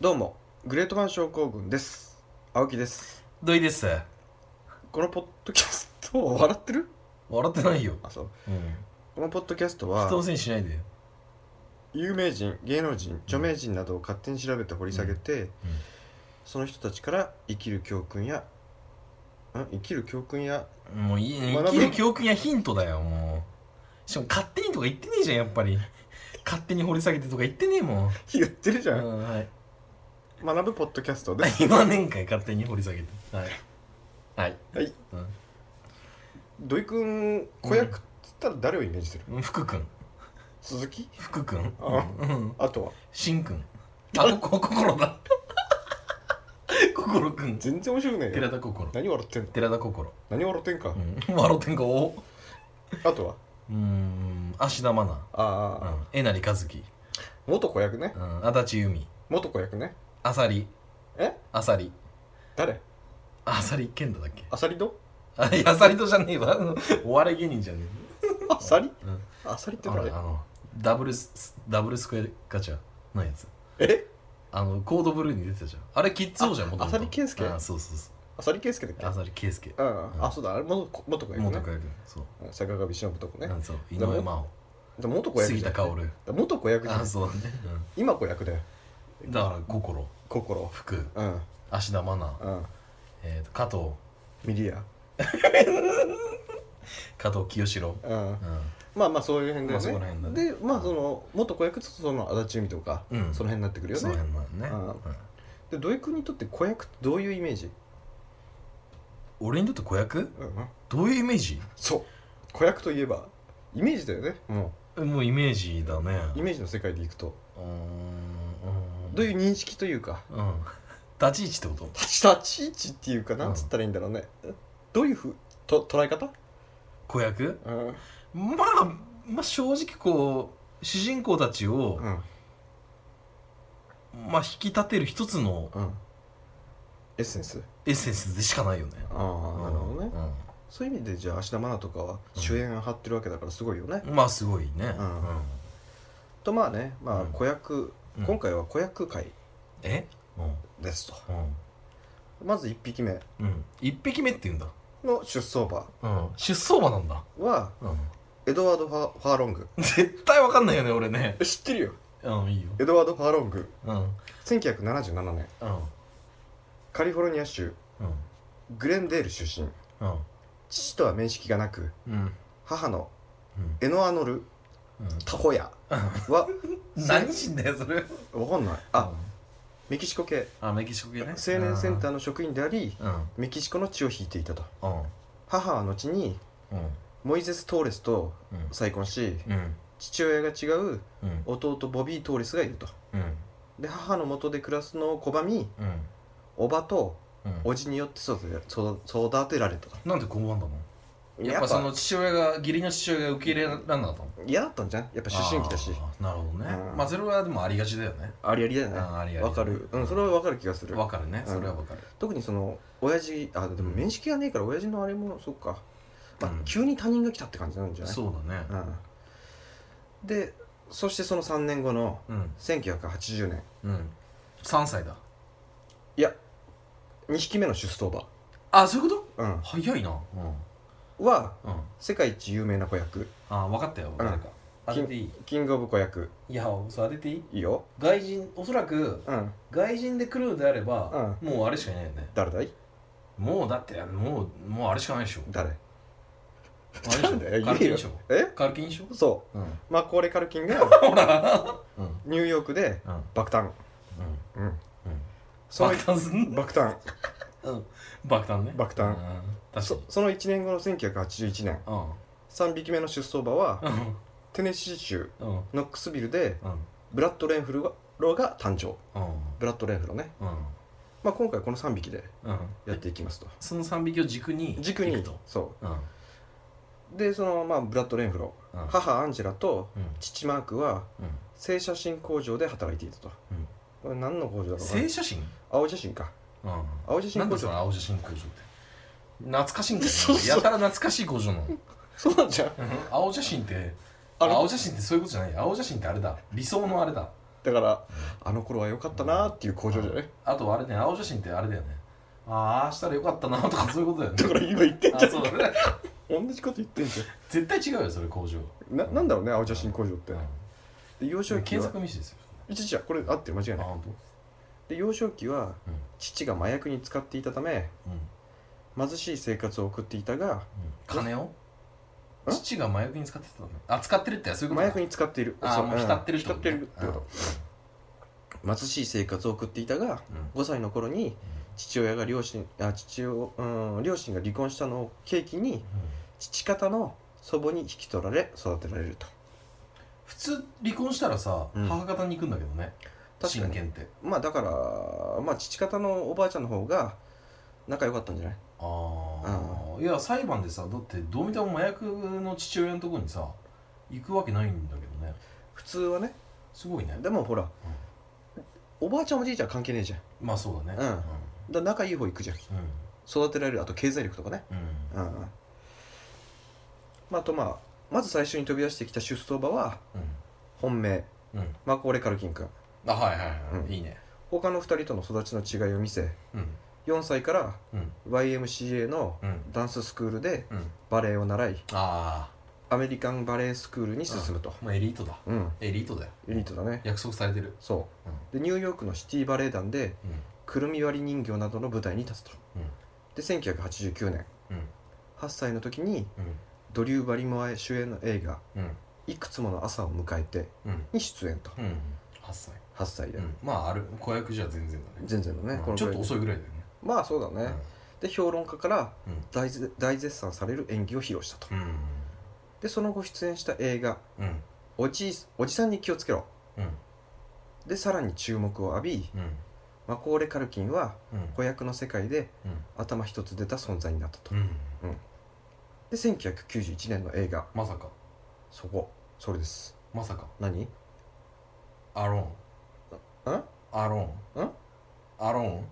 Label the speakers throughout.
Speaker 1: どうもグレートマン症候群です青木です
Speaker 2: 土井です
Speaker 1: このポッドキャスト笑ってる
Speaker 2: 笑ってないよ、
Speaker 1: あそう
Speaker 2: うん、
Speaker 1: このポッドキャスト
Speaker 2: 人の
Speaker 1: は
Speaker 2: せいにしないでよ
Speaker 1: 有名人芸能人著名人などを勝手に調べて掘り下げて、その人たちから生きる教訓やん生きる教訓や
Speaker 2: もういいね
Speaker 1: 学ぶ
Speaker 2: 生きる教訓やヒントだよもうしかも勝手にとか言ってねえじゃんやっぱり勝手に掘り下げてとか言ってねえもん、
Speaker 1: 言ってるじ
Speaker 2: う
Speaker 1: ゃん、
Speaker 2: んはい、
Speaker 1: 学ぶポッドキャストです
Speaker 2: 言わねえんかい勝手に掘り下げてはいはい、
Speaker 1: はい
Speaker 2: うん
Speaker 1: 土井くん子役っつったら誰をイメージする、
Speaker 2: うん、福君
Speaker 1: 鈴木
Speaker 2: 福君
Speaker 1: あ
Speaker 2: うん
Speaker 1: あとは
Speaker 2: 新君あここ心だ 心君
Speaker 1: 全然面白くない
Speaker 2: 寺
Speaker 1: よ
Speaker 2: 田心
Speaker 1: 何笑ってんの
Speaker 2: 寺田心、
Speaker 1: 何笑ってんか、
Speaker 2: うん、笑ってんかお
Speaker 1: あとは
Speaker 2: うーん芦田愛菜
Speaker 1: ああ、
Speaker 2: うんえなりかずき
Speaker 1: 元子役ね
Speaker 2: うん足立由美
Speaker 1: 元子役ね
Speaker 2: あさり
Speaker 1: え
Speaker 2: あさり
Speaker 1: 誰
Speaker 2: あさり健太だっけ
Speaker 1: アサリド
Speaker 2: あいやあさりとじゃねえわ あのお笑い芸人じゃね
Speaker 1: アサリ
Speaker 2: え、うん、
Speaker 1: アサリって
Speaker 2: あ
Speaker 1: 誰
Speaker 2: れあのダブルスダブルスクエアガチャのやつ
Speaker 1: え
Speaker 2: あのコードブルーに出てたじゃんあれキッズ王じゃん
Speaker 1: あ
Speaker 2: もとも
Speaker 1: 浅利圭介
Speaker 2: あそうそうそ
Speaker 1: アサリケイスケだっけ
Speaker 2: うあさり圭介
Speaker 1: うん、あ、そうだ、あれ元子元子役
Speaker 2: 元
Speaker 1: ね
Speaker 2: 子。役そう
Speaker 1: うん坂上忍と子ね
Speaker 2: う。んそう井
Speaker 1: だから
Speaker 2: 上真
Speaker 1: でも元子
Speaker 2: 央
Speaker 1: 役
Speaker 2: 杉
Speaker 1: じゃ
Speaker 2: 田
Speaker 1: ん。
Speaker 2: 薫
Speaker 1: 元子役じゃ
Speaker 2: あ
Speaker 1: ん。
Speaker 2: そうね、
Speaker 1: 今子役だよ。
Speaker 2: うん、だから心
Speaker 1: 心。
Speaker 2: 福
Speaker 1: うん、
Speaker 2: 芦田愛菜、
Speaker 1: うん。
Speaker 2: えー、と加藤
Speaker 1: ミリア。
Speaker 2: 加藤清志郎、
Speaker 1: うん。
Speaker 2: う
Speaker 1: まあまあ、そういう辺だ
Speaker 2: まあそこら
Speaker 1: よ
Speaker 2: 辺だ
Speaker 1: ね。
Speaker 2: ね
Speaker 1: で、まあ、その、元子役とその足立由美とか、そ
Speaker 2: うん
Speaker 1: の辺になってくる
Speaker 2: ん、
Speaker 1: よ
Speaker 2: その
Speaker 1: ね。
Speaker 2: 辺のね、
Speaker 1: うん
Speaker 2: うん
Speaker 1: で、土井君にとって子役ってどういうイメージ
Speaker 2: 俺にとって子役
Speaker 1: うん。
Speaker 2: どういうイメージ
Speaker 1: そう。子役といえば、イメージだよね。も
Speaker 2: もうイメージだね
Speaker 1: う、イメージの世界でいくと。
Speaker 2: うーん
Speaker 1: どう
Speaker 2: う
Speaker 1: いう認識というか。
Speaker 2: ん立ち位置ってこと
Speaker 1: 立ち位置っていうかなんつったらいいんだろうね、どういうふうと捉え方、
Speaker 2: 子役
Speaker 1: うんうん
Speaker 2: まあまあ正直こう主人公たちを、まあ引き立てる一つの
Speaker 1: うん、エッセンス
Speaker 2: エッセンスでしかないよね
Speaker 1: ああなるほどね、
Speaker 2: うん
Speaker 1: そういう意味でじゃあ芦田愛菜とかは主演張ってるわけだからすごいよね、
Speaker 2: うんまあすごいね、
Speaker 1: うんとまあねまあ
Speaker 2: うん
Speaker 1: 子役、
Speaker 2: うん
Speaker 1: 今回は子役会
Speaker 2: え
Speaker 1: ですと
Speaker 2: うん
Speaker 1: まず1匹目
Speaker 2: うん、うん、1匹目って言うんだ、
Speaker 1: の出走馬
Speaker 2: うん、出走馬なんだ、
Speaker 1: は
Speaker 2: う
Speaker 1: エドワードファ・ファーロング
Speaker 2: ん、絶対わかんないよね俺ね
Speaker 1: え知ってるよ
Speaker 2: うんいいよ
Speaker 1: エドワード・ファーロング
Speaker 2: うんうん
Speaker 1: 1977年カリフォルニア州
Speaker 2: う
Speaker 1: グレンデール出身
Speaker 2: ん
Speaker 1: 父とは面識がなく
Speaker 2: うん
Speaker 1: 母の
Speaker 2: うん
Speaker 1: エノアノル・タホヤは
Speaker 2: 何人だよそれ
Speaker 1: わかんないあメキシコ系
Speaker 2: あメキシコ系ね
Speaker 1: 青年センター
Speaker 2: ー
Speaker 1: の職員であり
Speaker 2: うん
Speaker 1: メキシコの血を引いていたと
Speaker 2: うん
Speaker 1: 母は後に
Speaker 2: うん
Speaker 1: モイゼス・トーレスと再婚し
Speaker 2: うん
Speaker 1: 父親が違う
Speaker 2: うん
Speaker 1: 弟ボビー・トーレスがいると
Speaker 2: うん
Speaker 1: で母の元で暮らすのを拒み
Speaker 2: うん
Speaker 1: おばと
Speaker 2: うん
Speaker 1: おじによって育て育育てられたと
Speaker 2: なんで交番だのやっぱその父親が義理の父親が受け入れられなかったの
Speaker 1: 嫌だったんじゃんやっぱ出身期だし
Speaker 2: あーなるほどね
Speaker 1: うん
Speaker 2: まあそれはでもありがちだよね
Speaker 1: ありありだよね
Speaker 2: あーありあり
Speaker 1: わかるうんそれはわかる気がする
Speaker 2: わかるね
Speaker 1: うん
Speaker 2: それはわかる
Speaker 1: 特にその親父あでも面識がねえから親父のあれもそっか、まあ
Speaker 2: うん
Speaker 1: 急に他人が来たって感じなんじゃない
Speaker 2: そうだね
Speaker 1: うん、でそしてその3年後の
Speaker 2: うん
Speaker 1: 1980年
Speaker 2: うん3歳だ
Speaker 1: いや2匹目の出走
Speaker 2: あそういうこと
Speaker 1: 馬、うん
Speaker 2: 早いなうん
Speaker 1: は
Speaker 2: うん
Speaker 1: 世界一有名な子役
Speaker 2: あ分かったよ誰か当てていい
Speaker 1: キングオブ子役
Speaker 2: いやそう当てていい
Speaker 1: いいよ
Speaker 2: 外人おそらく
Speaker 1: うん
Speaker 2: 外人で来るのであれば、もうあれしかいないよね
Speaker 1: 誰だい
Speaker 2: もうだってもうもうあれしかないでしょ
Speaker 1: 誰
Speaker 2: あれでしょ
Speaker 1: 誰
Speaker 2: カ
Speaker 1: い
Speaker 2: ルキ
Speaker 1: い
Speaker 2: ン
Speaker 1: よ
Speaker 2: でしょ
Speaker 1: え
Speaker 2: カルキンでしょ
Speaker 1: そ
Speaker 2: うん
Speaker 1: うマコーレ・カルキンが
Speaker 2: ほらうんうん
Speaker 1: ニューヨークで
Speaker 2: うん
Speaker 1: 爆誕うんその
Speaker 2: 爆誕すん
Speaker 1: 爆誕
Speaker 2: うん爆誕ね
Speaker 1: 爆誕
Speaker 2: うん確か
Speaker 1: そその1年後の1981年
Speaker 2: に
Speaker 1: 3匹目の出走馬は
Speaker 2: うん
Speaker 1: テネシー州
Speaker 2: うんうん
Speaker 1: ノックスビルで
Speaker 2: うん
Speaker 1: ブラッド・レンフロが誕生
Speaker 2: うん
Speaker 1: ブラッド・レンフロね、
Speaker 2: う
Speaker 1: まあ、今回この3匹で
Speaker 2: んうん
Speaker 1: やっていきますと
Speaker 2: その3匹を軸に
Speaker 1: 軸に
Speaker 2: 行くと
Speaker 1: そ
Speaker 2: うんうん
Speaker 1: うでそのまあブラッド・レンフロ母アンジェラと
Speaker 2: うん
Speaker 1: 父マークは
Speaker 2: うん
Speaker 1: 正写真工場で働いていたと、
Speaker 2: うん
Speaker 1: これ何の工場だろう
Speaker 2: 正
Speaker 1: な
Speaker 2: 写真
Speaker 1: 青写真か
Speaker 2: うん
Speaker 1: 青写真
Speaker 2: なん
Speaker 1: 工
Speaker 2: でそ
Speaker 1: 場
Speaker 2: の青写真工場って懐かしいんだよ
Speaker 1: そうそう
Speaker 2: やたら懐かしい工場なの
Speaker 1: そうなんじゃん
Speaker 2: 青写真って
Speaker 1: あれ
Speaker 2: 青写真ってそういうことじゃない青写真ってあれだ理想のあれだ
Speaker 1: だからあの頃は良かったなっていう向上じゃない
Speaker 2: あとあれね青写真ってあれだよねああああしたらよかったなとかそういうことだ よね
Speaker 1: だから今言ってんじゃ
Speaker 2: あ
Speaker 1: ん
Speaker 2: そうだね
Speaker 1: 同じこと言ってんじ
Speaker 2: 絶対違うよそれ工場
Speaker 1: ゃんななんだろうね青写真工場って
Speaker 2: うん
Speaker 1: で幼少期
Speaker 2: 検
Speaker 1: は
Speaker 2: 索ミスですよ
Speaker 1: 一時はこれあってる間違い
Speaker 2: あ
Speaker 1: ない
Speaker 2: 本
Speaker 1: で幼少期は
Speaker 2: 当うん
Speaker 1: 父が麻薬に使っていたため
Speaker 2: うん
Speaker 1: 貧しい生活を送っていたが
Speaker 2: 金を
Speaker 1: え
Speaker 2: 父が麻薬に使ってたのねあ使ってるってそういうこ
Speaker 1: 麻
Speaker 2: と
Speaker 1: 薬に使っている
Speaker 2: あ
Speaker 1: そ
Speaker 2: あもう浸ってる
Speaker 1: うん浸ってるってこと貧しい生活を送っていたが
Speaker 2: うん
Speaker 1: 5歳の頃に父親が両親あ父を、うん、両親が離婚したのを契機に父方の祖母に引き取られ育てられると
Speaker 2: 普通離婚したらさ
Speaker 1: うん
Speaker 2: 母方に行くんだけどね
Speaker 1: 確か
Speaker 2: 親
Speaker 1: に
Speaker 2: 権って
Speaker 1: まあだからまあ父方のおばあちゃんの方が仲良かったんじゃない
Speaker 2: ああいや裁判でさだってどう見ても麻薬の父親のところにさ行くわけないんだけどね
Speaker 1: 普通はね
Speaker 2: すごいね
Speaker 1: でもほら、おばあちゃんおじいちゃん関係ねえじゃんだか
Speaker 2: まあそうだね
Speaker 1: うんら仲いい方行くじゃん
Speaker 2: うん
Speaker 1: 育てられるあと経済力とかね
Speaker 2: うん
Speaker 1: うんうんまああとまあまず最初に飛び出してきた出走馬は本命
Speaker 2: うんうん
Speaker 1: マコーレ・カルキン君
Speaker 2: あはいはいは
Speaker 1: うん
Speaker 2: いいいね
Speaker 1: 他の2人との育ちの違いを見せ
Speaker 2: うん
Speaker 1: 4歳から
Speaker 2: うん
Speaker 1: YMCA の
Speaker 2: うん
Speaker 1: ダンススクールで
Speaker 2: うん
Speaker 1: バレエを習い
Speaker 2: あ
Speaker 1: アメリカンバレエスクールに進むと
Speaker 2: あもうエリートだ
Speaker 1: うん
Speaker 2: エリートだよ
Speaker 1: エリートだね
Speaker 2: 約束されてる
Speaker 1: そうでニューヨークのシティバレエ団で
Speaker 2: う
Speaker 1: くるみ割り人形などの舞台に立つと
Speaker 2: んうん
Speaker 1: で1989年
Speaker 2: うん
Speaker 1: 8歳の時に
Speaker 2: うん
Speaker 1: ドリュー・バリモア主演の映画
Speaker 2: うん
Speaker 1: 「いくつもの朝を迎えて
Speaker 2: うん」
Speaker 1: に出演と
Speaker 2: うん8歳
Speaker 1: 8歳で、
Speaker 2: まあある子役じゃ全然だね
Speaker 1: 全然のね、
Speaker 2: うん
Speaker 1: この
Speaker 2: ち
Speaker 1: く
Speaker 2: ょっ
Speaker 1: らい
Speaker 2: と
Speaker 1: で
Speaker 2: 遅いぐらいだよね
Speaker 1: まあそうだね、で評論家から
Speaker 2: うん
Speaker 1: 大絶大絶賛される演技を披露したと、
Speaker 2: うん
Speaker 1: でその後出演した映画
Speaker 2: うん
Speaker 1: 「おじいおじさんに気をつけろ
Speaker 2: うん」
Speaker 1: でさらに注目を浴び
Speaker 2: うん
Speaker 1: マコーレ・カルキンは
Speaker 2: うん
Speaker 1: 子役の世界で
Speaker 2: うん
Speaker 1: 頭一つ出た存在になったと、
Speaker 2: うん
Speaker 1: で1991年の映画
Speaker 2: まさか
Speaker 1: そこそれです
Speaker 2: まさか
Speaker 1: 何ん
Speaker 2: アローンアローン
Speaker 1: ん
Speaker 2: アローン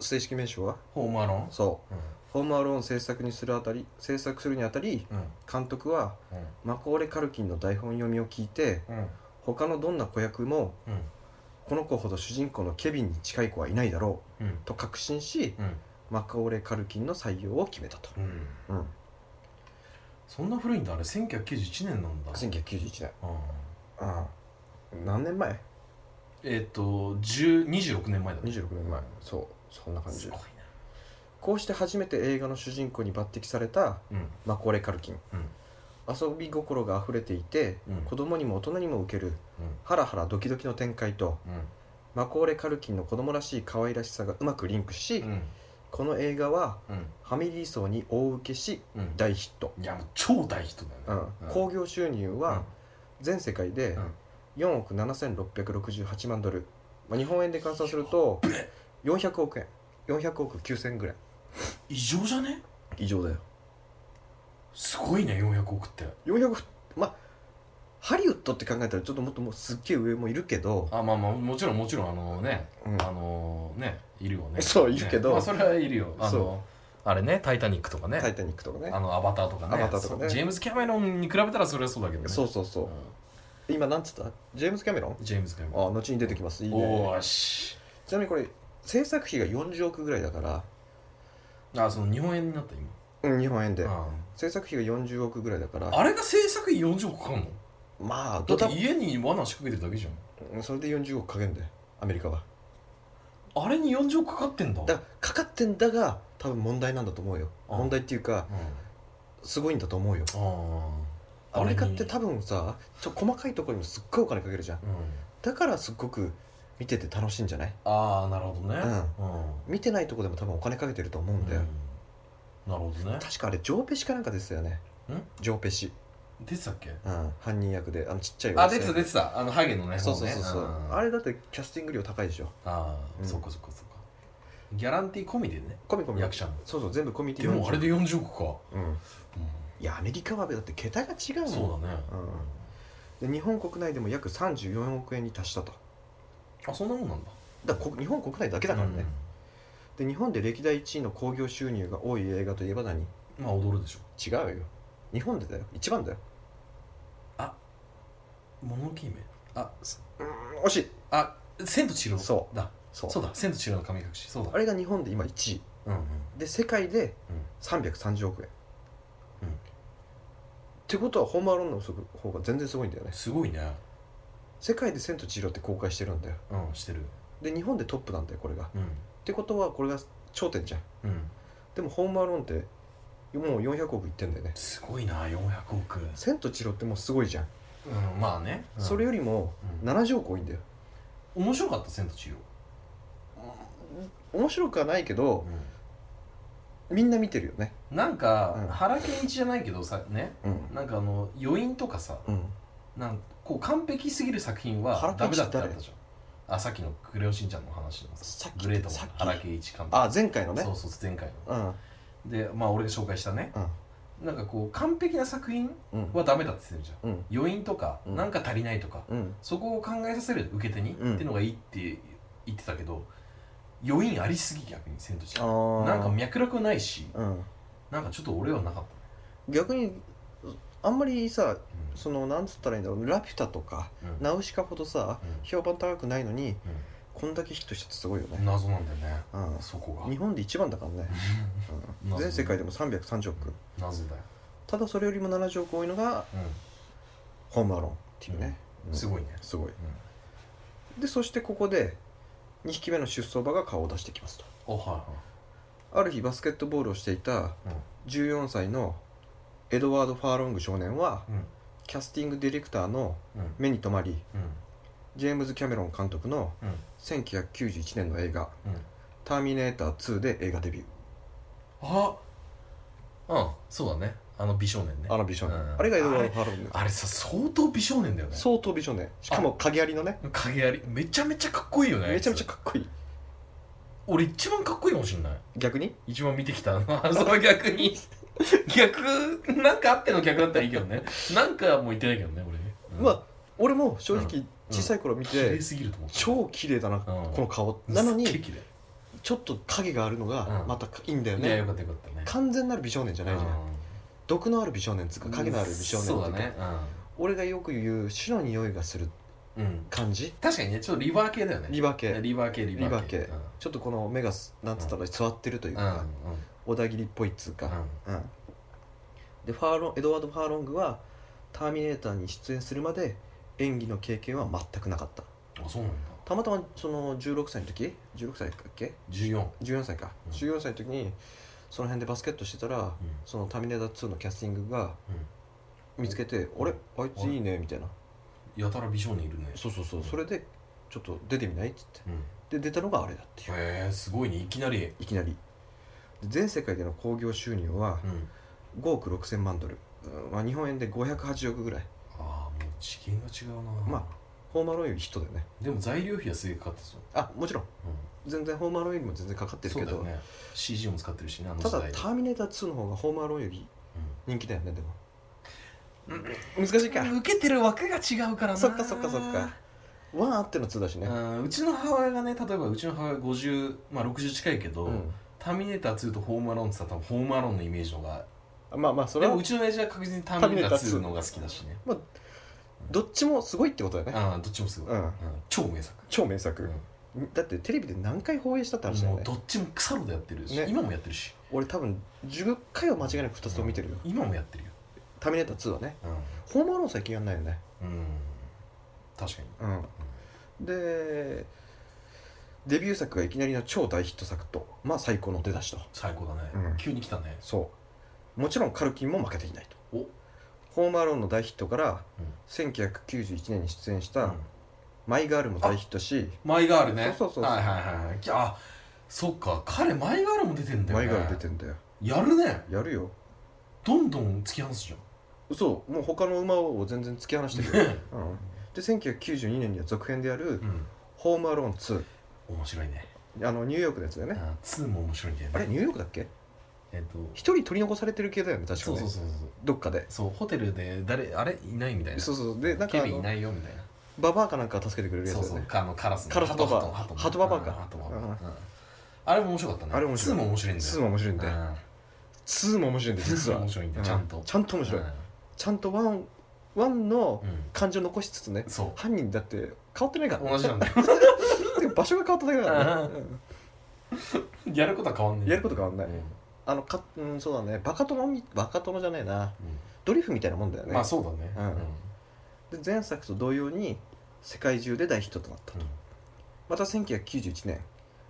Speaker 1: 正式名称は
Speaker 2: ホームアローン
Speaker 1: そうホームアローン制作にするあたり制作するにあたり
Speaker 2: うん
Speaker 1: 監督はマコーレ・カルキンの台本読みを聞いて
Speaker 2: うんうん
Speaker 1: 他のどんな子役も
Speaker 2: うん
Speaker 1: この子ほど主人公のケビンに近い子はいないだろ
Speaker 2: うん
Speaker 1: うと確信し
Speaker 2: うん
Speaker 1: マコーレ・カルキンの採用を決めたと、
Speaker 2: うん
Speaker 1: うん、
Speaker 2: そんな古いんだあれ1991年なんだ
Speaker 1: 1991年
Speaker 2: うん
Speaker 1: ああ何年前
Speaker 2: えっと10 26年前だね
Speaker 1: ?26 年前そうそんな感
Speaker 2: す
Speaker 1: じ
Speaker 2: ごいな
Speaker 1: こうして初めて映画の主人公に抜擢された
Speaker 2: うん
Speaker 1: マコーレ・カルキン
Speaker 2: うん
Speaker 1: 遊び心があふれていて、
Speaker 2: うん
Speaker 1: 子供にも大人にも受けるハラハラドキドキの展開と
Speaker 2: う
Speaker 1: マコーレ・カルキンの子供らしい可愛らしさがうまくリンクし、
Speaker 2: んうん
Speaker 1: この映画は
Speaker 2: うん
Speaker 1: ファミリー層に大受けし
Speaker 2: うん
Speaker 1: 大ヒット、
Speaker 2: いやもう超大ヒット
Speaker 1: う
Speaker 2: だ
Speaker 1: ん
Speaker 2: よね
Speaker 1: 興行収入は全世界で
Speaker 2: うん
Speaker 1: 4億7668万ドル、まあ、日本円で換算すると400億円400億9000ぐらい
Speaker 2: 異常じゃね
Speaker 1: 以上だよ
Speaker 2: すごいね400億って
Speaker 1: 400まあハリウッドって考えたらちょっともっともうすっげえ上もいるけど、
Speaker 2: あまあまあもちろんもちろんあのね、
Speaker 1: うん
Speaker 2: あのねいるよね
Speaker 1: そういるけど
Speaker 2: ねまあそれはいるよあ
Speaker 1: そ
Speaker 2: のあれね「タイタニック」とかね
Speaker 1: タイタニック」とかね
Speaker 2: あのアバターとかね
Speaker 1: アバターとかね
Speaker 2: そうジェームズ・キャメロンに比べたらそれはそうだけどね
Speaker 1: そうそうそう、
Speaker 2: う
Speaker 1: 今なんつったジェームズ・キャメロン
Speaker 2: んジェームズ・キャメロン
Speaker 1: あ後に出てきますいい
Speaker 2: お
Speaker 1: ね
Speaker 2: ーし
Speaker 1: ちなみにこれ制作費が40億ぐらいだから、
Speaker 2: あその日本円になった今
Speaker 1: うん、日本円で、
Speaker 2: あ
Speaker 1: 制作費が40億ぐらいだから
Speaker 2: あれが制作費40億かかんの
Speaker 1: まあ
Speaker 2: だ
Speaker 1: ドタ
Speaker 2: って家に罠仕掛けてるだけじゃん
Speaker 1: うんそれで40億かけんだよアメリカは
Speaker 2: あれに40億かかってんだ
Speaker 1: だからかかってんだが多分問題なんだと思うよ
Speaker 2: あ
Speaker 1: 問題っていうか
Speaker 2: うん
Speaker 1: すごいんだと思うよ
Speaker 2: ああ
Speaker 1: アメリカって
Speaker 2: あ
Speaker 1: 多分さちょ細かいところにもすっごいお金かけるじゃん
Speaker 2: れにうん
Speaker 1: だからすっごく見てて楽しいんじゃない
Speaker 2: ああなるほどねうん
Speaker 1: 見てないとこでも多分お金かけてると思うんだよ、
Speaker 2: うんなるほどね
Speaker 1: 確かあれジョーペシかなんかですよね
Speaker 2: ん
Speaker 1: ジョーペシ、
Speaker 2: 出てたっけ
Speaker 1: うん、犯人役であのちっちゃい
Speaker 2: あ
Speaker 1: おじ
Speaker 2: 出
Speaker 1: さ
Speaker 2: て
Speaker 1: ん
Speaker 2: た出てたあのハゲのね
Speaker 1: そうそうそうそう、
Speaker 2: 方ねん
Speaker 1: あれだってキャスティング料高いでしょ
Speaker 2: ああ、
Speaker 1: うん
Speaker 2: そっかそっかそっかギャランティー込みでね
Speaker 1: コミコミ
Speaker 2: 役者の
Speaker 1: そうそう全部コミュニテ
Speaker 2: で
Speaker 1: ィ
Speaker 2: もあれで
Speaker 1: よ、
Speaker 2: 40億か、
Speaker 1: うん、
Speaker 2: う
Speaker 1: いやアメリカはだって桁が違うもん
Speaker 2: ん、そうだね、
Speaker 1: うんで日本国内でも約34億円に達したと
Speaker 2: あそんなもんなんだ
Speaker 1: だからこ日本国内だけだからね、で日本で歴代1位の興行収入が多い映画といえば何違
Speaker 2: うんまあ踊るでしょ
Speaker 1: うよ日本でだよ一番だよ
Speaker 2: 物のけ姫あ
Speaker 1: うーん惜しい
Speaker 2: あ千と千尋
Speaker 1: そう
Speaker 2: だ
Speaker 1: そう
Speaker 2: そうだ千と千尋の神隠しそうだ
Speaker 1: あれが日本で今1位
Speaker 2: うんうん
Speaker 1: で世界で
Speaker 2: うん
Speaker 1: 330億円、
Speaker 2: うん
Speaker 1: ってことはホームアローンの方が全然すごいんだよね
Speaker 2: すごいね
Speaker 1: 世界で「千と千尋」って公開してるんだよ
Speaker 2: うんしてる
Speaker 1: で日本でトップなんだよこれがっ
Speaker 2: うん
Speaker 1: てことはこれが頂点じゃん
Speaker 2: うん
Speaker 1: でもホームアローンってもう400億いってんだよね
Speaker 2: すごいな400億
Speaker 1: 「千と千尋」ってもうすごいじゃん、
Speaker 2: うんまあね
Speaker 1: それよりも70億多いんだよ
Speaker 2: 面白かった千と千尋
Speaker 1: 面白くはないけどみんな見てるよね
Speaker 2: なんか、
Speaker 1: うん
Speaker 2: 原健一じゃないけどさね
Speaker 1: うん
Speaker 2: なんかあの余韻とかさ
Speaker 1: うん
Speaker 2: なんこう完璧すぎる作品は
Speaker 1: 原
Speaker 2: ダ
Speaker 1: 健
Speaker 2: メ
Speaker 1: 一
Speaker 2: だってあっ
Speaker 1: 誰
Speaker 2: たじゃんあさっきの「クレヨンしんちゃん」の話のさ
Speaker 1: さっ
Speaker 2: グレート
Speaker 1: き
Speaker 2: の
Speaker 1: さっ
Speaker 2: 原
Speaker 1: き
Speaker 2: 健一監督
Speaker 1: あ前回のね
Speaker 2: そうそう前回
Speaker 1: うん
Speaker 2: のでまあ俺が紹介したね
Speaker 1: うん
Speaker 2: なんかこう完璧な作品
Speaker 1: うん
Speaker 2: はダメだって言ってるじゃん
Speaker 1: うん
Speaker 2: 余韻とか、
Speaker 1: うん
Speaker 2: なんか足りないとか
Speaker 1: うん
Speaker 2: そこを考えさせる受け手に、
Speaker 1: うん
Speaker 2: っていうのがいいって言ってたけど余韻ありすぎ逆に千と千
Speaker 1: あ
Speaker 2: 尋
Speaker 1: ー
Speaker 2: なんか脈絡ないし
Speaker 1: うん
Speaker 2: なんかちょっと俺はなかった
Speaker 1: 逆にあんまりさ
Speaker 2: うん
Speaker 1: そのなんつったらいいんだろう「ラピュタ」とか
Speaker 2: うん
Speaker 1: 「ナウシカ」ほどさ評判高くないのにこんだけヒットしたってすごいよ
Speaker 2: う
Speaker 1: ね、
Speaker 2: ん謎なんだよね
Speaker 1: うん、
Speaker 2: そこが
Speaker 1: 日本で一番だからね、うん
Speaker 2: 謎
Speaker 1: 全世界でも330億
Speaker 2: 謎だよ、
Speaker 1: ただそれよりも70億多いのがホームアローンっていうね、
Speaker 2: うんす
Speaker 1: い
Speaker 2: ごいね、
Speaker 1: すごいでそしてここで2匹目の出走馬が顔を出してきますと
Speaker 2: おは
Speaker 1: ある日バスケットボールをしていた
Speaker 2: いはい、
Speaker 1: 14歳のエドワード・ファーロング少年は
Speaker 2: うん
Speaker 1: キャスティングディレクターの
Speaker 2: うん
Speaker 1: 目に留まり
Speaker 2: うん
Speaker 1: ジェームズ・キャメロン監督の
Speaker 2: うん
Speaker 1: 1991年の映画
Speaker 2: うん
Speaker 1: 「ターミネーター2」で映画デビュー
Speaker 2: あうんそうだねあの美少年ね
Speaker 1: あの美少年、
Speaker 2: うん
Speaker 1: あれがエドワード・ファーロング
Speaker 2: あれさ相当美少年だよね
Speaker 1: 相当美少年しかも影ありのね
Speaker 2: 影ありめちゃめちゃかっこいいよね
Speaker 1: めちゃめちゃ
Speaker 2: あ
Speaker 1: か
Speaker 2: い
Speaker 1: っこいい
Speaker 2: つ俺一番かっこいいかもしんない
Speaker 1: 逆に
Speaker 2: 一番見てきたのその逆に 逆なんかあっての逆だったらいいけどねなんかもう言ってないけどね俺ね、うん
Speaker 1: まあ俺も正直小さい頃見
Speaker 2: 綺
Speaker 1: て
Speaker 2: 麗すぎると思う
Speaker 1: 超綺麗だな
Speaker 2: うん
Speaker 1: この顔なの
Speaker 2: すっげえ
Speaker 1: に
Speaker 2: 綺麗
Speaker 1: ちょっと影があるのが
Speaker 2: うん
Speaker 1: またいいんだよ
Speaker 2: いや
Speaker 1: ね
Speaker 2: よかったよかったね
Speaker 1: 完全なる美少年じゃないじゃん毒のある美少年っつうか影のある美少年
Speaker 2: そう
Speaker 1: っ
Speaker 2: だ
Speaker 1: ていう
Speaker 2: ね
Speaker 1: か俺がよく言う死の匂いがする
Speaker 2: うん、うん、
Speaker 1: 感じ
Speaker 2: 確かにねちょっとリバー系だよね
Speaker 1: リバー系
Speaker 2: リバー系リバー系
Speaker 1: リバー系ちょっとこの目がすなんつったら座ってるという
Speaker 2: うんうん
Speaker 1: か小田切っぽいっつう
Speaker 2: うん
Speaker 1: かうんでファーロンエドワード・ファーロングは「ターミネーター」に出演するまで演技の経験は全くなかった
Speaker 2: あそうなんだ
Speaker 1: たまたまその16歳の時16歳だっけ
Speaker 2: 14、うん、
Speaker 1: 14歳か、
Speaker 2: うん
Speaker 1: 14歳の時にその辺でバスケットしてたら、その「ターミネーター2」のキャスティングが見つけて「
Speaker 2: う
Speaker 1: あ
Speaker 2: ん
Speaker 1: れあいついいね」みたいな
Speaker 2: やたら美少年いるね
Speaker 1: そうそうそう
Speaker 2: うん
Speaker 1: それでちょっと出てみないっつって
Speaker 2: うん
Speaker 1: で出たのがあれだっていう
Speaker 2: へえすごいねいきなり
Speaker 1: いきなりで全世界での興行収入は
Speaker 2: うん
Speaker 1: 5億6000万ドル、うんまあ、日本円で580億ぐらい
Speaker 2: ああもう次元が違うな
Speaker 1: まホームアローンよりヒットだよね
Speaker 2: でも材料費はすげえかかってそう、
Speaker 1: あもちろん
Speaker 2: う
Speaker 1: 全然ホームアローンよりも全然かかって
Speaker 2: ん、
Speaker 1: る
Speaker 2: そ
Speaker 1: け
Speaker 2: うだ
Speaker 1: ど、
Speaker 2: よね CG も使ってるしねあの
Speaker 1: た
Speaker 2: 時
Speaker 1: だ「
Speaker 2: 代で
Speaker 1: ターミネーター2」の方がホームアローンより人気だよねでも
Speaker 2: うん
Speaker 1: 難しいか
Speaker 2: うん受けてる枠が違うからな
Speaker 1: そっかそっかそっか1あっての2だし
Speaker 2: う
Speaker 1: ね
Speaker 2: んうちの母親がね例えばうちの母親50まあ60近いけど、
Speaker 1: うん
Speaker 2: ターミネーター2とホームアローンって言ったら多分ホームアローンのイメージの方が
Speaker 1: まあまあそ
Speaker 2: で
Speaker 1: れ
Speaker 2: も
Speaker 1: は
Speaker 2: うちの親父は確実にターミネーター
Speaker 1: ターミネーター
Speaker 2: 2
Speaker 1: 2
Speaker 2: の方が好きだしね
Speaker 1: どっちもすごいってことだよね
Speaker 2: ああどっちもすごい、
Speaker 1: うん
Speaker 2: 超名作、
Speaker 1: 超名
Speaker 2: うん
Speaker 1: 作だってテレビで何回放映したって話だよ
Speaker 2: もう
Speaker 1: ね
Speaker 2: どっちも腐るほどやってるし、
Speaker 1: ね
Speaker 2: 今もやってるし
Speaker 1: 俺多分10回は間違いなく2つとも見てるよ
Speaker 2: うん今もやってるよ
Speaker 1: 「ターミネーター2」はね
Speaker 2: う
Speaker 1: ホームアローン最近やんないよね
Speaker 2: ん、うん、確かに
Speaker 1: うんでデビュー作がいきなりの超大ヒット作とまあ最高の出だしと
Speaker 2: 最高だね、
Speaker 1: うん
Speaker 2: 急に来たね
Speaker 1: そうもちろんカルキンも負けていないと
Speaker 2: お
Speaker 1: ホームアローンの大ヒットから
Speaker 2: うん
Speaker 1: 1991年に出演し
Speaker 2: う
Speaker 1: た
Speaker 2: ん
Speaker 1: 「マイ・ガール」も大ヒットし
Speaker 2: マイガールね
Speaker 1: そうそうそうそう
Speaker 2: はいはいはいはいきあそっか彼マイガールも出て
Speaker 1: 「
Speaker 2: んだよ
Speaker 1: マ
Speaker 2: ね
Speaker 1: イ・ガール」出てんだよ
Speaker 2: やるね
Speaker 1: やるよ
Speaker 2: どんどん突き放すじゃん
Speaker 1: 嘘もう他の馬を全然突き放してくる、 うん、で1992年には続編である
Speaker 2: うん
Speaker 1: 「ホームアローン2
Speaker 2: 面白いね」
Speaker 1: あのニューヨークのやつだよね
Speaker 2: あ2も面白いんだよね
Speaker 1: あれニューヨークだっけ
Speaker 2: えっと
Speaker 1: 一人取り残されてる系だよね確か
Speaker 2: そ
Speaker 1: ね
Speaker 2: うそうそうそう
Speaker 1: どっかで
Speaker 2: そうホテルで誰あれいないみたいな
Speaker 1: そうそうでなんかあ
Speaker 2: 警備い
Speaker 1: の
Speaker 2: ないよみたいな
Speaker 1: ババアかなんかが助けてくれるやつ
Speaker 2: そう
Speaker 1: だよ
Speaker 2: そう
Speaker 1: ね
Speaker 2: かあのカラスの
Speaker 1: カラスババア
Speaker 2: ハト
Speaker 1: ハトババアか
Speaker 2: ハトバ
Speaker 1: うん
Speaker 2: バアうんあれも面白かったね
Speaker 1: あれ面白い
Speaker 2: 2も面白いんだよ
Speaker 1: 2も面白いんだよ2も面白いんだよ実
Speaker 2: う
Speaker 1: は
Speaker 2: ん面白いんだ
Speaker 1: う
Speaker 2: よちゃんと
Speaker 1: ちゃんと面白い
Speaker 2: うん
Speaker 1: ちゃんとワン1の
Speaker 2: うん
Speaker 1: 感情を残しつつね
Speaker 2: そ
Speaker 1: 犯人だって変わってないか
Speaker 2: う
Speaker 1: ら
Speaker 2: 同じなんだよ
Speaker 1: でも場所が変わっただけだから、ね
Speaker 2: やることは変わん
Speaker 1: う
Speaker 2: ね
Speaker 1: ん
Speaker 2: え
Speaker 1: やること変わん
Speaker 2: と
Speaker 1: ない、あのかうんそうだねバカ殿みバカ殿じゃねえな
Speaker 2: う
Speaker 1: ドリフみたいなもんだよ
Speaker 2: ん
Speaker 1: ね、
Speaker 2: まあそうだね
Speaker 1: うんで前作と同様に世界中で大ヒットとなった、また1991年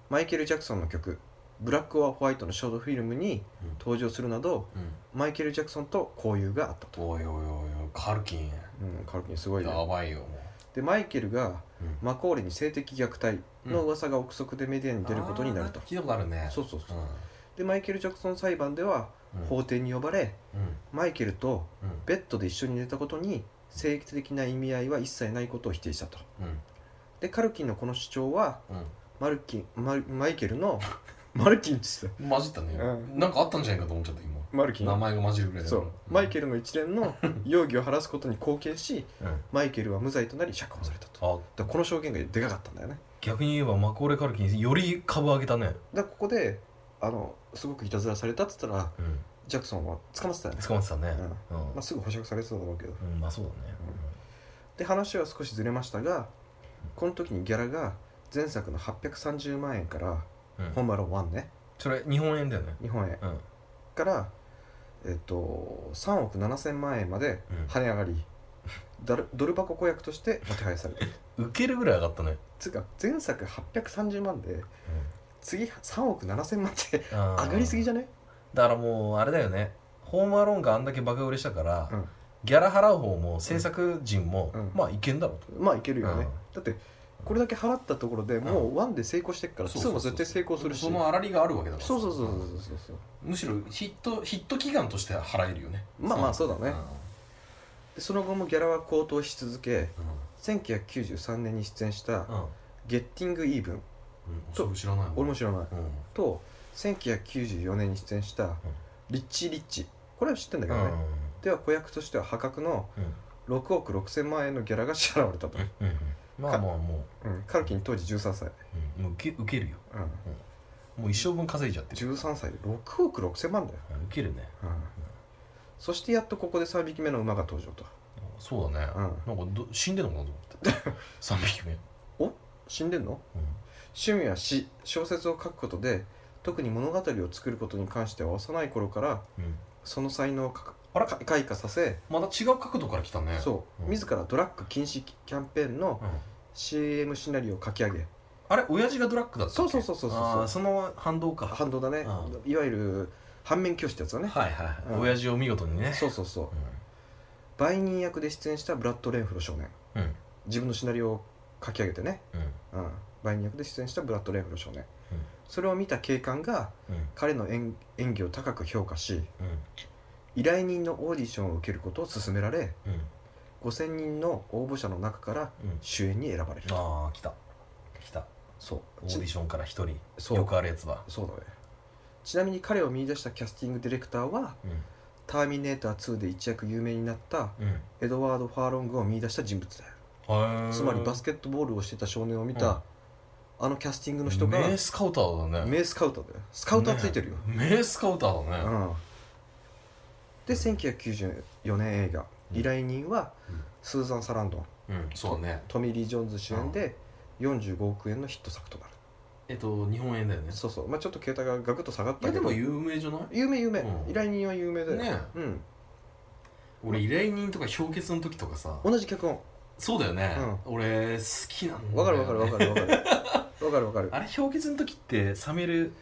Speaker 1: マイケル・ジャクソンの曲「ブラック・オア・ホワイト」のショートフィルムに
Speaker 2: うん
Speaker 1: 登場するなど
Speaker 2: うん
Speaker 1: マイケル・ジャクソンと交友があったと、
Speaker 2: おいおいおいおいカルキン
Speaker 1: うん、カルキンすごいよ
Speaker 2: やばいよも
Speaker 1: でマイケルが
Speaker 2: ううん
Speaker 1: マコーレに性的虐待の噂が憶測でメディアに出ることになると
Speaker 2: あーんか聞いたことあるね
Speaker 1: そううそうそう、
Speaker 2: ん
Speaker 1: でマイケル・ジャクソン裁判では
Speaker 2: うん
Speaker 1: 法廷に呼ばれ
Speaker 2: うん
Speaker 1: マイケルと
Speaker 2: うん
Speaker 1: ベッドで一緒に寝たことに性的な意味合いは一切ないことを否定したと
Speaker 2: うん
Speaker 1: でカルキンのこの主張は
Speaker 2: うん
Speaker 1: マルキンマルマイケルの マルキンって言って
Speaker 2: 混じったね、
Speaker 1: う
Speaker 2: なんかあったんじゃないかと思っちゃった今
Speaker 1: たマルキン
Speaker 2: 名前が混じるぐらいだか
Speaker 1: そ
Speaker 2: ら
Speaker 1: うマイケルの一連の容疑を晴らすことに貢献し
Speaker 2: うん、うん
Speaker 1: マイケルは無罪となり釈放されたとだか
Speaker 2: あ
Speaker 1: らこの証言がでかかったんだよね
Speaker 2: 逆に言えばマコーレカルキンより株上げたね、
Speaker 1: だからここであのすごくいたずらされたっつったら
Speaker 2: うん、
Speaker 1: ジャクソンは捕まってたよね、
Speaker 2: 捕まってたねうん、
Speaker 1: まあ、すぐ保釈されてただろうけど
Speaker 2: うんまあそうだね、
Speaker 1: で話は少しずれましたがこの時にギャラが前作の830万円から
Speaker 2: うん
Speaker 1: 本丸1ね
Speaker 2: それ日本円だよね
Speaker 1: 日本円
Speaker 2: うんうん
Speaker 1: から、えっと、3億7000万円まで跳ね上がり、 ドルドル箱子役としてもてはやされてる
Speaker 2: 受けるぐらい上がったね、
Speaker 1: つうか前作830万で
Speaker 2: う
Speaker 1: 次3億7000万って
Speaker 2: ん、
Speaker 1: 上がりすぎじ
Speaker 2: ゃ
Speaker 1: ゃね
Speaker 2: だからもうあれだよねホームアローンがあんだけバカ売れしたから、
Speaker 1: うん
Speaker 2: ギャラ払う方も制作陣も、
Speaker 1: うん
Speaker 2: まあいけんだろうと
Speaker 1: まあいけるよね、
Speaker 2: うん
Speaker 1: だってこれだけ払ったところでもう1で成功してっから2も絶対成功するし
Speaker 2: その粗利があるわけだから
Speaker 1: そうそうそうそうそうそう
Speaker 2: むしろヒットヒット祈願として払えるよね
Speaker 1: まあまあそうだねでその後もギャラは高騰し続け1993年に出演した
Speaker 2: うんうんうん
Speaker 1: 「ゲッティング・イーブン
Speaker 2: そう知らない」
Speaker 1: 俺も知らない
Speaker 2: うん
Speaker 1: と1994年に出演した「リッチ・リッチ」これは知ってんだけ
Speaker 2: う
Speaker 1: ど
Speaker 2: ん
Speaker 1: ね、では子役としては破格の
Speaker 2: うん
Speaker 1: 6億6千万円のギャラが支払われたと、
Speaker 2: うんうんまあまあも
Speaker 1: うん、カルキン当時13歳、
Speaker 2: う、うん、もう受け受けるよ
Speaker 1: うん、
Speaker 2: もう一生分稼いじゃってる
Speaker 1: 13歳で6億6千万だよ、
Speaker 2: うん受けるね
Speaker 1: うん、そしてやっとここで3匹目の馬が登場と
Speaker 2: そうだね、
Speaker 1: うん
Speaker 2: なんかど死んでんのかなと思って 三匹目、うん
Speaker 1: 死んでんの趣味は詩小説を書くことで特に物語を作ることに関しては幼い頃から
Speaker 2: うん、
Speaker 1: その才能をか
Speaker 2: あら
Speaker 1: か開花させ、
Speaker 2: また違う角度から来たねう、
Speaker 1: そう、
Speaker 2: ん
Speaker 1: 自らドラッグ禁止キャンペーンの
Speaker 2: ん、
Speaker 1: CM シナリオを書き上げ
Speaker 2: あれ親父がドラッグだったっけ
Speaker 1: そうそうそうそうそう
Speaker 2: あーその反動か
Speaker 1: 反動だね
Speaker 2: う
Speaker 1: いわゆる反面教師ってやつだね
Speaker 2: はいはいはい、
Speaker 1: うん
Speaker 2: 親父を見事にね
Speaker 1: そうそうそう売人役で出演したブラッド・レンフロ少年
Speaker 2: うんうん
Speaker 1: 自分のシナリオを書き上げてね、
Speaker 2: うん
Speaker 1: うん、売人役で出演したブラッド・レンフロ少年、
Speaker 2: うん
Speaker 1: それを見た警官が
Speaker 2: うん
Speaker 1: 彼の演演技を高く評価し
Speaker 2: うん
Speaker 1: 依頼人のオーディションを受けることを勧められ
Speaker 2: うん
Speaker 1: 5000人の応募者の中から
Speaker 2: うん
Speaker 1: 主演に選ばれると
Speaker 2: ああ来た来た
Speaker 1: そう
Speaker 2: オ
Speaker 1: ち
Speaker 2: ーディションから一人
Speaker 1: そう
Speaker 2: よくあるやつだ
Speaker 1: そうだねちなみに彼を見出したキャスティングディレクターは
Speaker 2: う
Speaker 1: 「ターミネーター2」で一躍有名になった
Speaker 2: んうん
Speaker 1: エドワード・ファーロングを見出した人物だよつまりバスケットボールをしてた少年を見た、あのキャスティングの人が
Speaker 2: 名スカウターだね
Speaker 1: 名スカウターだよスカウターついてるよ、
Speaker 2: ね名スカウターだ
Speaker 1: う
Speaker 2: ね
Speaker 1: んで1994年映画「
Speaker 2: うん
Speaker 1: 依頼人」は
Speaker 2: うん
Speaker 1: スーザン・サランドン
Speaker 2: うん、そうだね
Speaker 1: トミー・リー・ジョーンズ主演で45億円のヒット作となる、
Speaker 2: えっと日本円だよね
Speaker 1: そうそうまあちょっと携帯がガクッと下がっ
Speaker 2: い
Speaker 1: た
Speaker 2: やで
Speaker 1: け
Speaker 2: も
Speaker 1: ど
Speaker 2: 有名じゃない
Speaker 1: 有名有名、
Speaker 2: うん
Speaker 1: 依頼人は有名だよ
Speaker 2: ね
Speaker 1: うん
Speaker 2: 俺依頼人とか氷結の時とかさ
Speaker 1: 同じ脚本
Speaker 2: そうだよね、俺好きなんだよね
Speaker 1: わかるわかるわかるわかるわかるわかる
Speaker 2: あれ氷結の時ってサメル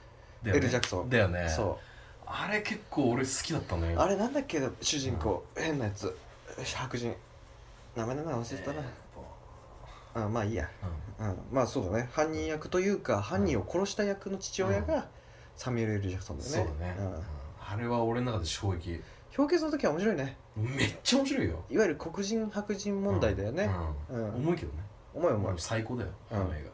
Speaker 2: だよね
Speaker 1: L ジャクソン
Speaker 2: だよね
Speaker 1: そう
Speaker 2: あれ結構俺好きだったんだよ
Speaker 1: あれなんだっけ主人公、変なやつ白人名前なんか忘れたな、あまあいいや、うん、まあそうだね犯人役というか犯人を殺した役の父親が、サミュエル・エル・ジャクソンだよね
Speaker 2: そうだね、
Speaker 1: ん、
Speaker 2: あれは俺の中で衝撃
Speaker 1: 表現の時は面白いね
Speaker 2: めっちゃ面白いよ
Speaker 1: いわゆる黒人白人問題だよね、
Speaker 2: うん
Speaker 1: うん
Speaker 2: 重いけどね
Speaker 1: 重い重い
Speaker 2: 最高だよ、
Speaker 1: うん
Speaker 2: あの映